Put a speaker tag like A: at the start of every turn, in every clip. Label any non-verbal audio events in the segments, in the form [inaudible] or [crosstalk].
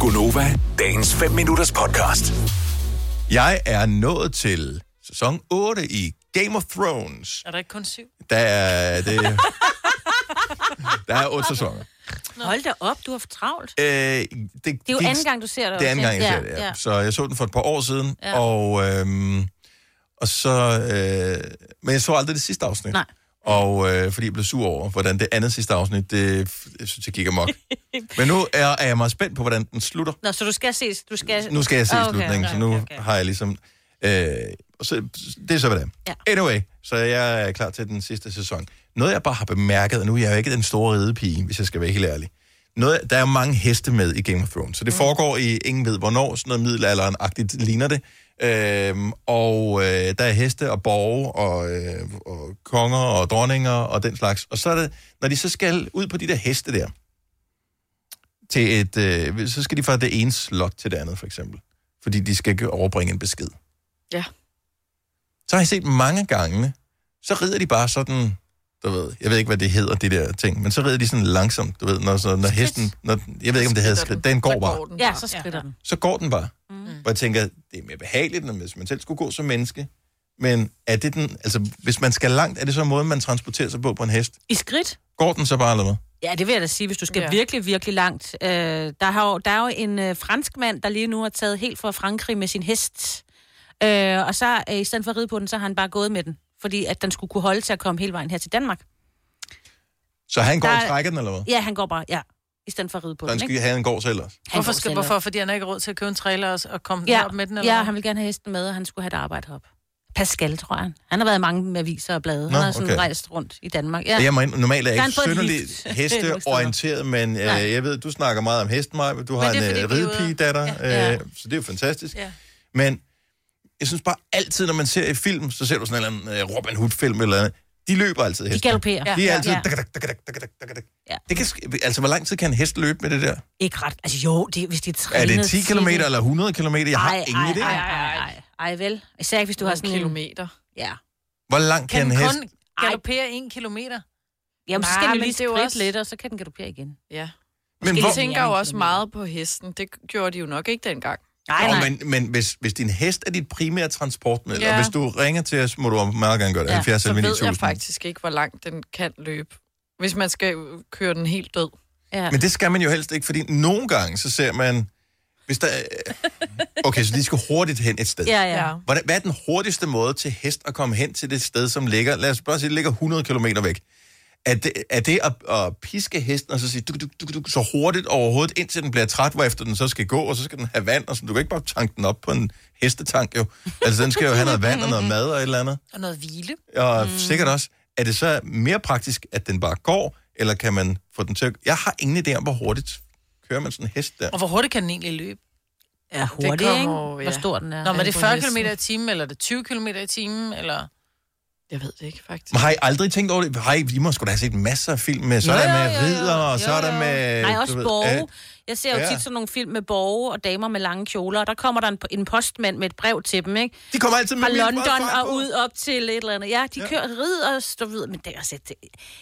A: Gunova, dagens 5 minutters podcast.
B: Jeg er nået til sæson 8 i Game of Thrones.
C: Er der ikke kun syv?
B: Der er, det, der er otte sæsoner.
D: Hold da op, du har haft travlt.
B: Øh, det, det
D: er jo anden gang, du ser det
B: Det er
D: også,
B: anden gang, jeg
D: ikke?
B: ser det,
D: Ja,
B: ja.
D: ja.
B: Så jeg så den for et par år siden,
D: Ja.
B: og, øhm, og så... Øh, men jeg så aldrig det sidste afsnit.
D: Nej.
B: Og øh, fordi jeg blev sur over, hvordan det andet sidste afsnit, det jeg synes jeg gik
D: [laughs]
B: amok. Men nu er, er jeg meget spændt på, hvordan den slutter.
D: Nå, så du skal ses. Du skal...
B: Nu skal jeg se
D: Ah,
B: okay,
D: okay,
B: slutningen, okay,
D: okay,
B: så nu
D: okay.
B: okay. har jeg ligesom... Øh, og så, det er så, hvad det er.
D: Ja.
B: Anyway, så jeg er klar til den sidste sæson. Noget, jeg bare har bemærket, og nu er jeg jo ikke den store ridepige, hvis jeg skal være helt ærlig. Noget, der er mange heste med i Game of Thrones, så det mm. foregår i ingen ved hvornår, sådan noget middelalderen-agtigt ligner det. Øhm, og øh, der er heste og borge og, øh, og konger og dronninger og den slags. Og så er det, når de så skal ud på de der heste der, til et, øh, så skal de fra det ene slot til det andet, for eksempel. Fordi de skal ikke overbringe en besked.
C: Ja.
B: Så har jeg set mange gange, så rider de bare sådan, du ved, jeg ved ikke, hvad det hedder, det der ting, men så rider de sådan langsomt, du ved, når, så, når hesten, når, jeg ved ikke, om det hedder skridt, den går bare.
D: Ja, så skrider den.
B: Så går den bare. Mm. Og jeg tænker, det er mere behageligt, end hvis man selv skulle gå som menneske. Men er det den, altså, hvis man skal langt, er det så måden, man transporterer sig på på en hest?
D: I skridt?
B: Går den så bare eller hvad?
D: Ja, det vil jeg da sige, hvis du skal
C: Ja.
D: ja. virkelig, virkelig langt. Øh, der, har jo, der er jo en øh, fransk mand, der lige nu har taget helt fra Frankrig med sin hest. Øh, og så øh, i stedet for at ride på den, så har han bare gået med den. Fordi at den skulle kunne holde til at komme hele vejen her til Danmark.
B: Så han går
D: Der
B: og
D: er-
B: trækker den, eller hvad?
D: Ja, han går bare, ja. I stedet for at ride på
B: Så han
D: den,
B: skal
D: ikke?
B: have en gårds ellers.
D: Han
C: Hvorfor
D: går
C: skal,
D: selv
C: hvorfor?
D: op.
C: Fordi han har ikke råd til at købe en trailer og, og komme ja.
D: Ja,
C: op med den? Eller
D: ja,
C: hvad?
D: han vil gerne have hesten med, og han skulle have et arbejde op. Pascal, tror jeg. Han har været i mange aviser og blade. Nå,
B: Nå,
D: han har sådan
B: okay.
D: okay. rejst rundt i Danmark. Ja.
B: Ja. Jeg må ind, normalt er jeg
D: Kan
B: ikke
D: han få et
B: synderlig
D: lift?
B: hesteorienteret, men øh,
D: Nej.
B: jeg ved, du snakker meget om hesten, Maja, du har
C: det
B: en
C: er,
B: øh,
C: fordi vi er ude-
B: ridepige-datter,
D: Ja.
B: øh, så det er jo fantastisk.
C: Ja.
B: Men jeg synes bare altid, når man ser et film, så ser du sådan en eller anden øh, Robin Hood-film eller andet, de løber altid
D: De
B: hesten.
D: galopperer. Ja.
B: De er
C: Ja.
B: altid...
D: Ja.
B: dak, dak, dak, dak, dak, dak, dak, dak.
D: Ja.
B: Det kan, sk- altså, hvor lang tid kan en hest løbe med det der?
D: Ikke ret. Altså jo, det, hvis de er trænet...
B: Er det 10
D: til
B: km eller 100 km? Jeg har
D: Ej,
B: ingen
D: ej,
B: idé.
D: Ej, ej, ej, ej, vel. Især ikke, hvis du har sådan en...
C: kilometer.
D: Ja.
B: Hvor langt
C: Kan
B: kan en
C: den
B: hest...
C: kun galopere en kilometer?
D: Jamen, så
C: Nej,
D: skal den
C: men
D: lige
C: det er jo
D: spritte
C: også-
D: også... lidt, og så kan den galopere igen.
E: Ja.
B: Men,
D: Måske
E: De
B: hvor...
D: lidt
E: tænker
D: mere
E: jo
D: end
E: også
D: kilometer.
E: meget på hesten. Det gjorde de jo nok ikke dengang.
D: Nej,
B: Nå,
D: nej.
B: men, men hvis, hvis din hest er dit primære transportmiddel, ja.
E: Ja.
B: og hvis du ringer til os, må du meget gerne gøre det. Ja,
D: Ja,
B: 70
E: Så ved
B: 9000.
E: jeg faktisk ikke, hvor langt den kan løbe. Hvis man skal køre den helt død.
D: Ja.
B: Men det skal man jo helst ikke, fordi nogle gange, så ser man... Hvis der, okay, så de skal hurtigt hen et sted.
D: Ja,
E: Ja.
D: ja.
B: Hvordan, hvad er den hurtigste måde til hest at komme hen til det sted, som ligger... Lad os bare sige, det ligger 100 km væk. Er det, er det at, at piske hesten og så sige, du, du, du, du, så hurtigt overhovedet, indtil den bliver træt, hvorefter den så skal gå, og så skal den have vand, og så du kan ikke bare tanke den op på en hestetank, jo. Altså, den skal jo have noget vand og noget mad og et eller andet.
C: Og noget hvile?
B: Og mm. sikkert også, er det så mere praktisk, at den bare går, eller kan man få den til at... Jeg har ingen idé om, hvor hurtigt kører man sådan en hest der.
C: Og hvor hurtigt kan den egentlig løbe?
D: Ja, hurtigt,
E: kommer
D: ikke?
E: jo, ja.
D: Hvor stor den er.
C: Nå, men er det
E: på
C: 40
E: hesten.
C: km i timen, eller er det 20 km i timen, eller...
E: Jeg ved det ikke, faktisk.
B: Men har I aldrig tænkt over det? Har I, I må sgu da have set masser af film med, så er
C: Jo,
B: der
C: jo,
B: med
C: jo, jo.
B: ridder, og så er
C: Jo,
B: der
C: jo.
B: med...
D: Nej,
B: du
D: også
B: ved,
D: borge.
B: øh,
D: Jeg ser jo
B: ja.
D: tit sådan nogle film med borge og damer med lange kjoler, og der kommer der en, en postmand med et brev til dem, ikke?
B: de kommer altid med
D: Fra
B: min
D: London
B: farfar på.
D: og ud op til et eller andet. Ja, de
B: Ja.
D: kører ridder og står videre, men det er altså... Det,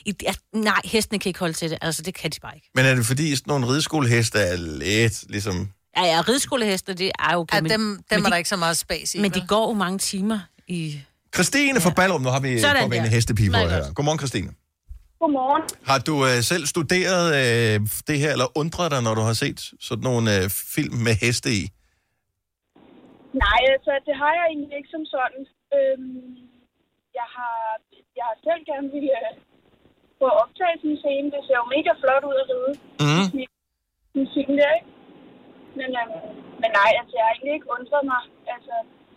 D: i, ja, nej, hestene kan ikke holde til det. Altså, det kan de bare ikke.
B: Men er det fordi, sådan nogle rideskoleheste er lidt ligesom...
D: Ja, ja, ridskolehestene, det er jo okay,
C: Ja,
D: men,
C: dem, dem er
D: men,
C: der
D: de,
C: ikke så meget spas i,
D: men de
C: vel?
D: går jo mange timer i...
B: Christine fra Ballerup, nu har vi
D: Sådan
B: sådan, en
D: der.
B: hestepige på
D: Meget
B: her.
D: godt.
B: Godmorgen, Christine.
F: Godmorgen.
B: Har du øh, selv studeret øh, det her, eller undret dig, når du har set sådan nogle øh, film med heste i?
F: Nej, altså, det har jeg egentlig ikke som sådan. Øhm, jeg, har, jeg har selv gerne ville øh, få optaget sådan en scene. Det ser jo mega flot ud at ride.
B: Mm.
F: Musikken der, ikke? Men, øhm, men nej, altså, jeg har egentlig ikke undret mig. Altså,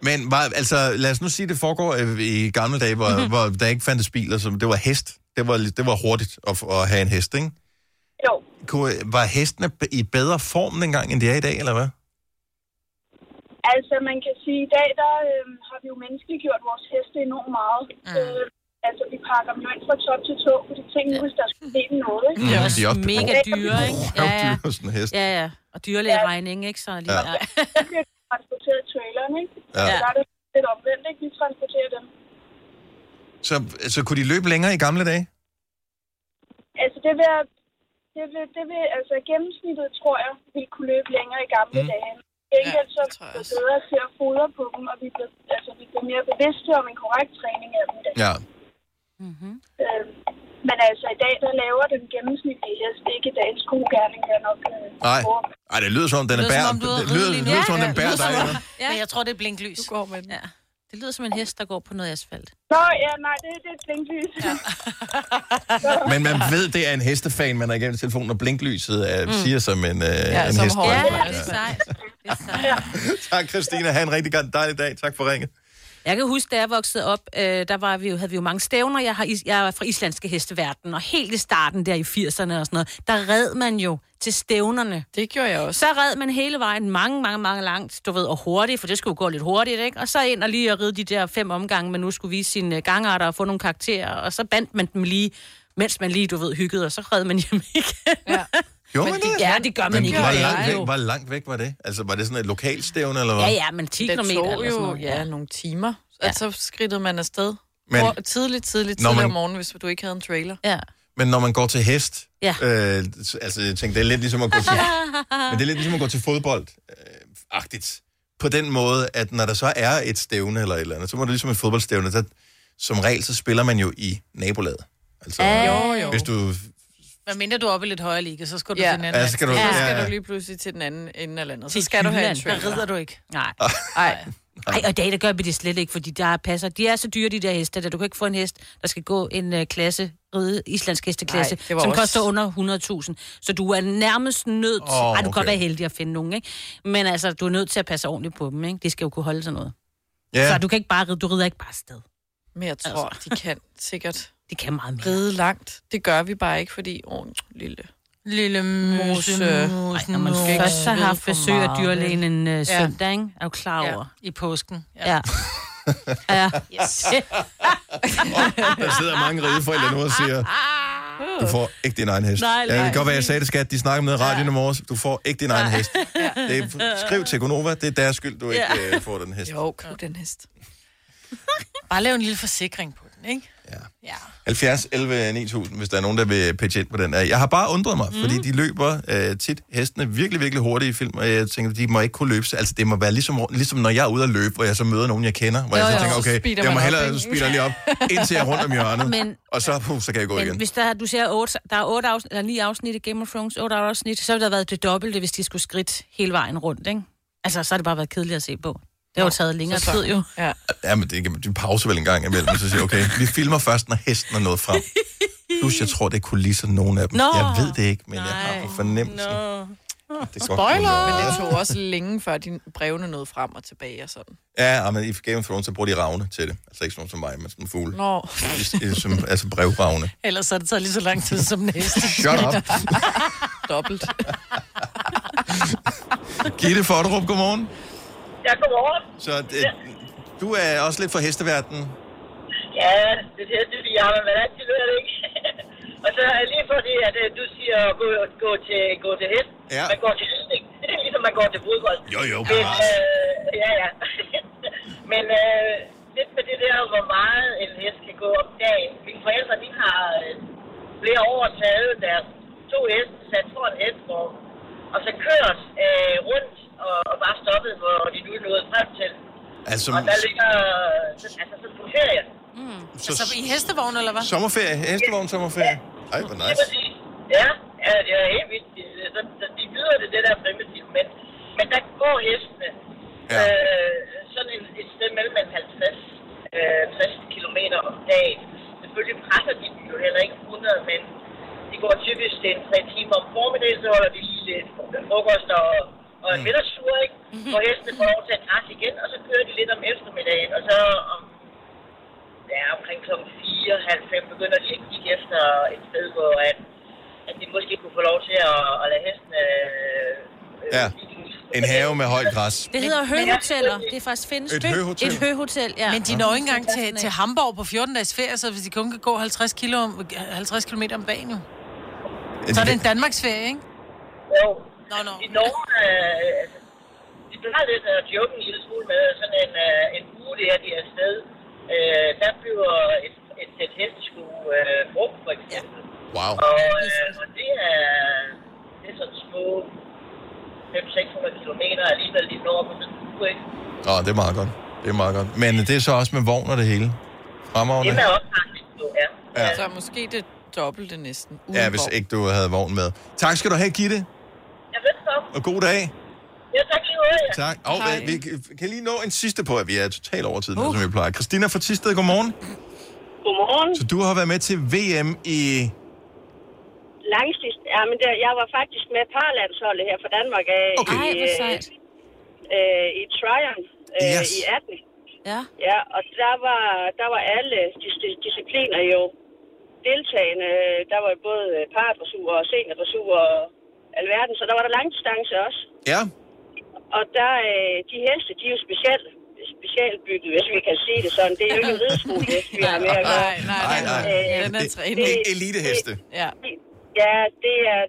B: Men var, altså, lad os nu sige, det foregår øh, i gamle dage, hvor,
D: Mhm.
B: mm-hmm. hvor der ikke fandtes biler, som det var hest. Det var, det var hurtigt at, at have en hest, ikke?
F: jo,
B: Kunne, var hestene b- i bedre form dengang, end de er i dag, eller hvad?
F: altså, man kan sige, i dag, der øhm, har vi jo menneskeliggjort vores heste enormt meget. Mm. Øh, altså, vi pakker dem jo ind fra top til tå, fordi tingene, hvis der skulle ske noget, ikke?
D: Det er
B: Mm,
D: også
B: de er også
D: mega
B: røv-
D: dyre, ikke? Ja, ja.
B: røvdyre, sådan en hest.
D: Ja, ja. Og dyrlægeregning, ikke? Så lige,
B: Ja.
D: ja. Ja.
F: Så bliver de transporteret i traileren, ikke?
B: Ja.
F: Der er det lidt omvendt, ikke? Vi transporterer dem
B: Så, så kunne de løbe længere i gamle dage?
F: Altså, det vil, jeg- det vil, det vil, altså gennemsnittet, tror jeg, vil kunne løbe længere i gamle
B: Mm.
F: mm. dage. Gengæld
E: Ja,
F: så
E: det tror
F: er
E: jeg
F: vi
E: også.
F: bedre til at fodre på dem, og vi bliver, altså, vi bliver mere bevidste om en korrekt træning af dem. Ja.
B: Ja.
F: Øhm, men altså i dag, der laver den gennemsnitlige hest ikke dagens gode gerning, jeg nok øh,
B: Nej.
F: tror.
B: Ej, det lyder som om, den er
C: lyder,
B: bær.
C: som om du er
B: Det
C: ude at ride
B: lyder,
C: lige nu.
B: lyder som om, den
C: Ja,
B: bærer
C: lyder, som
B: dig.
C: om-
B: Anna.
C: Ja. Men jeg tror, det er blinklys.
E: Du går med den.
D: Ja. Det lyder som en hest, der går på noget asfalt.
F: Nå ja, nej, det, det er et blinklys. Ja.
B: Men man ved, det er en hestefan, man er igennem telefonen, og blinklyset uh, siger som en, uh, ja, en
E: som
B: hest.
E: hårdt.
D: Ja,
E: Ja,
D: ja,
E: ja.
D: det er sejt. Det er sejt.
B: [laughs] tak, Christina. Ha' en rigtig god- dejlig dag. Tak for ringet.
D: Jeg kan huske, da jeg voksede op, øh, der var vi jo, havde vi jo mange stævner. Jeg, har, is- jeg er fra islandske hesteverden, og helt i starten der i 80'erne og sådan noget, der red man jo til stævnerne.
E: Det gjorde jeg også.
D: Så red man hele vejen mange, mange, mange langt, du ved, og hurtigt, for det skulle jo gå lidt hurtigt, ikke? Og så ind og lige at ride de der fem omgange, man nu skulle vise sine øh, gangarter og få nogle karakterer, og så bandt man dem lige, mens man lige, du ved, hyggede, og så red man hjem igen.
B: [laughs]
E: Ja.
B: Gjorde man det?
D: Ja, det gør man
B: Men
D: ikke.
B: hvor
D: i dag,
B: langt,
D: jo.
B: væk, hvor langt væk var det? Altså, var det sådan et lokalstævne, eller hvad?
D: Ja, ja, men 10 km
E: Den slog
D: eller sådan
E: jo
D: noget.
E: ja, nogle timer. Ja. Altså skridtede man afsted.
B: Men-
E: Men, Hvor, tidligt, tidligt,
B: Når
E: tidligt
B: man-
E: om morgenen, hvis du ikke havde en trailer.
D: ja.
B: Men når man går til hest,
D: Ja.
B: øh, så- altså jeg tænkte, det er lidt ligesom at gå
D: [laughs]
B: til, men det er lidt ligesom at gå til fodbold, øh, agtigt. På den måde, at når der så er et stævne eller et eller andet, så må det ligesom et fodboldstævne, så som regel, så spiller man jo i nabolaget. Altså,
D: Ja.
E: Jo, jo.
B: hvis du...
C: Hvad mindre du er oppe i lidt højere liga, så skal du
E: Ja.
C: til en anden.
B: Ja, så skal du,
E: Så
B: ja,
E: skal
B: ja,
E: du
B: ja.
E: lige pludselig til den anden ende af landet. Så
D: Til
E: skal du have en
D: Jylland.
C: Der
E: trailer.
C: rider du ikke.
D: Nej.
E: Nej,
D: Ej, og i dag, der gør vi det slet ikke, fordi der passer. De er så dyre, de der heste, der du kan ikke få en hest, der skal gå en uh, klasse, ride islandsk hesteklasse,
E: Nej, det
D: som
E: var også-
D: koster under 100.000. Så du er nærmest nødt til...
B: Åh,
D: Oh, Ej, du kan
B: okay.
D: godt være heldig at finde nogen, ikke? Men altså, du er nødt til at passe ordentligt på dem, ikke? De skal jo kunne holde sådan noget. Ja. Så
B: ja.
D: du kan ikke bare ride, du rider ikke bare afsted.
E: men jeg tror,
D: Altså.
E: de kan sikkert
D: De kan meget mere.
E: ride langt. Det gør vi bare ikke, fordi... Åh, lille.
C: Lille muse,
E: Mose.
D: Ej,
C: muse,
D: når man
C: muse.
D: først har
E: ride
D: haft
E: for
D: besøg af
E: meget,
D: dyrlægen en uh, søndag, ikke? Er du klar
E: Ja.
D: over?
C: I påsken.
D: Ja. [laughs] ja. ja.
C: Yes.
B: Der sidder mange rideforældre nu og siger, du
E: Uh.
B: får ikke din egen hest.
D: Nej,
B: ja, det
D: nej.
B: kan godt være, jeg sagde det, skat. De snakker med i radioen i morges. Du får ikke din egen hest. Det er, skriv til Gonova. Det er deres skyld, du ikke øh, får den hest.
E: Jo, køb den hest.
C: Bare lav en lille forsikring på den, ikke?
B: Ja.
C: Ja.
B: 70, 11, 9000, hvis der er nogen, der vil pitche ind på den. Jeg har bare undret mig, mm. fordi de løber øh, tit hestene virkelig, virkelig hurtigt i film, og jeg tænker, de må ikke kunne løbe. sig. Altså, det må være ligesom, ligesom når jeg er ude at løbe, hvor jeg så møder nogen, jeg kender, hvor jo, jeg
E: Jo,
B: så
E: jo,
B: tænker,
E: så
B: okay,
E: speeder
B: jeg
E: man
B: må
E: op,
B: hellere
E: ikke?
B: speeder lige op, indtil jeg er rundt om hjørnet, Men,
D: Men-
B: og så, puh, så kan jeg gå
D: Men
B: igen.
D: hvis der, du ser, otte, der er otte afsnit, eller ni afsnit i Game of Thrones, otte afsnit, så ville der have været det dobbelte, hvis de skulle skridt hele vejen rundt, ikke? Altså, så har det bare været kedeligt at se på. Det har jo taget længere tid, jo.
E: Ja.
B: Ja, men det kan man de pause vel en gang imellem, og så siger jeg, okay, vi filmer først, når hesten er nået frem. Plus, jeg tror, det er kulisser, nogen af dem.
D: Nå.
B: jeg ved det ikke, men jeg har
D: Nej.
B: på fornemmelsen.
D: Nå.
B: Det Spoiler!
E: Men det tog også længe, før de brevene nåede frem og tilbage og sådan.
B: Ja, og men i Game of Thrones, så bruger de ravne til det. Altså ikke sådan nogen som mig, men sådan en fugle.
E: Nå,
B: I- i- som, altså brevravne.
C: Ellers har det taget lige så lang tid som
E: [laughs]
C: næste.
B: Shut up.
E: dobbelt.
B: Gitte Fodderup, godmorgen.
F: Jeg går over.
B: Så det, du er også lidt fra hesteverdenen.
F: Ja, det er det, vi har, men man er altid ved det, ikke? [laughs] og så er lige fordi, at øh, du siger at gå, gå, til, gå til hest.
B: Ja.
F: Man går til hest, ikke? [laughs] Det er ligesom, man går til fodbold.
B: Jo, jo,
F: Men,
B: bevares.
F: øh, ja, ja. [laughs] men øh, lidt med det der, hvor meget en hest kan gå om dagen. Mine forældre, de har øh, flere år taget deres to heste, sat foran en hestvogn, og så kørt øh, rundt og, og bare stoppet, hvor de nu er nået frem til.
B: Altså,
F: Og der ligger, øh, altså sådan på ferie.
B: så,
C: Så Altså, i hestevogn, eller hvad?
B: sommerferie, hestevogn sommerferie. Ej, hvor
F: Det er
B: nice.
F: præcis. Ja, ja, det er helt vildt. Det- Så, så de byder det, det der primitivt. Men, men der går hestene
B: Ja.
F: ja. øh, sådan et, et sted mellem en 50 øh, 60 km om dagen. Selvfølgelig presser de dem jo heller ikke 100, men de går typisk til en 3 timer om formiddagen, så holder de lige lidt frokost og, og en middagstur, ikke? Hvor hestene får lov til at græsse igen, og så kører de lidt om eftermiddagen, og så om ja, omkring kl. 4, halv 5 begynder de at kigge efter et sted, hvor at, at de måske kunne få lov til at, at lade hestene... Øh, øh,
B: Ja.
F: kigge.
B: En have med højt græs.
D: Det hedder høhoteller. Det er faktisk findes
B: Et høhotel.
D: Et høhotel, ja.
C: Men de når ikke engang til, til Hamburg på 14 dages ferie, så hvis de kun kan gå 50, kilo om, 50 km om dagen nu. Så er det en Danmarks ferie, ikke?
F: Jo.
C: Nå, nå.
F: I Norge, øh, altså, de plejer lidt at joke en lille smule med sådan en, øh, en uge, det er de er afsted. Øh, der bliver et, et sæt hesteskue øh, brugt, for eksempel.
B: Wow.
F: Og, øh, og det er, det er sådan små
G: 500-600 km alligevel lige når på sådan en uge, ikke?
B: Nå, det er meget godt. Det er meget godt. Men det er så også med vogn og det hele. Fremovne.
G: Det er også faktisk jo, ja. Øh,
B: Ja.
G: ja.
E: Så måske det dobbelte næsten. Uden
B: Ja, hvis
E: vogn.
B: ikke du havde vogn med. Tak skal du have, Gitte,
G: Jeg ved så.
B: og god dag.
G: Jeg tak lige ud, ja.
B: Tak. Og øh,
E: Hej.
B: vi kan lige nå en sidste på, at vi er totalt over tiden, uh. som vi plejer. Christina fra Tisted, godmorgen.
E: Uh.
F: Godmorgen.
B: Så du har været med til VM i...
F: Langslist. Ja, men det, jeg var faktisk med parlandsholdet her fra Danmark af
B: Okay.
D: Ej,
F: i,
D: hvor
F: øh,
D: sejt.
F: øh, i Tryon øh,
B: Yes.
F: i 18.
C: Øh,
D: Ja.
F: Ja, og der var, der var alle dis- dis- discipliner jo deltagende. Der var både paradressur og seniordressur og alverden, så der var der langdistance også.
B: Ja,
F: Og der, øh, de heste, de er jo specielt specialbygget, hvis vi kan sige det sådan. Det er jo ikke en rideskolehest, vi har med at gøre.
E: Nej, nej,
B: Nej,
E: nej.
B: nej.
E: nej. Den er
B: Det-
E: trænet.
B: e- eliteheste.
E: Ja.
F: Ja, det er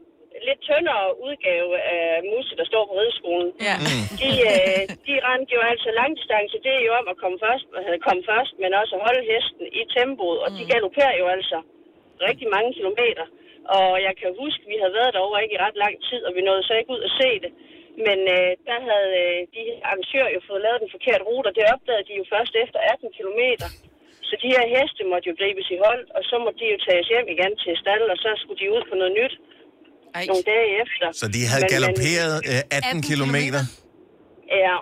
F: lidt tyndere udgave af Musse, der står på rideskolen.
E: ja.
B: Mm.
F: De, øh, de rendte jo altså langdistance. Det er jo om at komme først, øh, komme først men også at holde hesten i tempoet. Og de
B: Mm.
F: galopperer jo altså rigtig mange kilometer. Og jeg kan huske, vi havde været derovre ikke i ret lang tid, og vi nåede så ikke ud og se det. Men øh, der havde øh, de her arrangører jo fået lavet den forkerte rute, og det opdagede de jo først efter 18 kilometer. Så de her heste måtte jo gribes i hold, og så måtte de jo tages hjem igen til stallen, og så skulle de ud på noget nyt
E: Ej.
F: nogle dage efter.
B: Så de havde
F: Men- men-
B: galopperet øh, 18 kilometer.
F: Ja.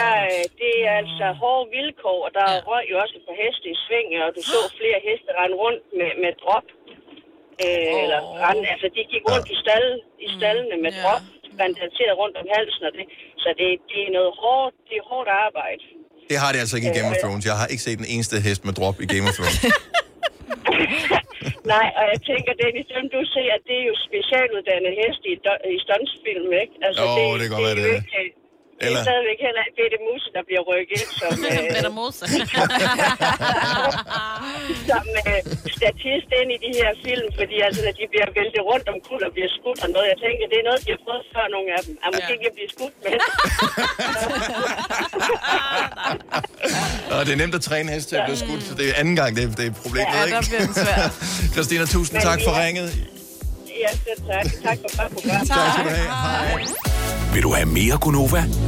F: Der, øh, det er altså hårde vilkår, og der ja. røg jo også på heste i sving, og du så flere heste rende rundt med, med drop. Øh, oh. eller rende, altså de gik rundt ja. i, stall, i stallene med
E: Ja.
F: ja. drop, bandageret rundt om halsen og det. Så det, det er noget hårdt, det er hårdt arbejde.
B: Det har det altså ikke i Game of Thrones. Jeg har ikke set den eneste hest med drop i Game of
E: [laughs]
B: Thrones.
F: Nej, og jeg tænker, Dennis, dem du ser, det er jo specialuddannede heste i, do- i stuntsfilm, ikke? Altså,
B: Jo, det kan godt være,
F: jo
B: det er.
F: ikke, det
B: Eller-
F: er stadigvæk heller ikke det, det musse, der bliver rykket ind som, øh,
D: Peter Mose.
F: [laughs] som øh, statist ind i de her film, fordi altså, når de bliver væltet rundt om kul og bliver skudt og noget, jeg tænker, det er noget, de har prøvet før, nogle af dem. Er måske ikke at blive skudt med.
B: og det er nemt at træne hest til at blive skudt, så det er anden gang, det er, det er problemet,
E: Ja, der
B: ikke?
E: bliver den svær.
B: [laughs] Christina, tusind tak for ringet.
F: ja, selv tak. Tak for godt program.
B: Tak skal du have. Hej.
A: Vil du have mere Gunova?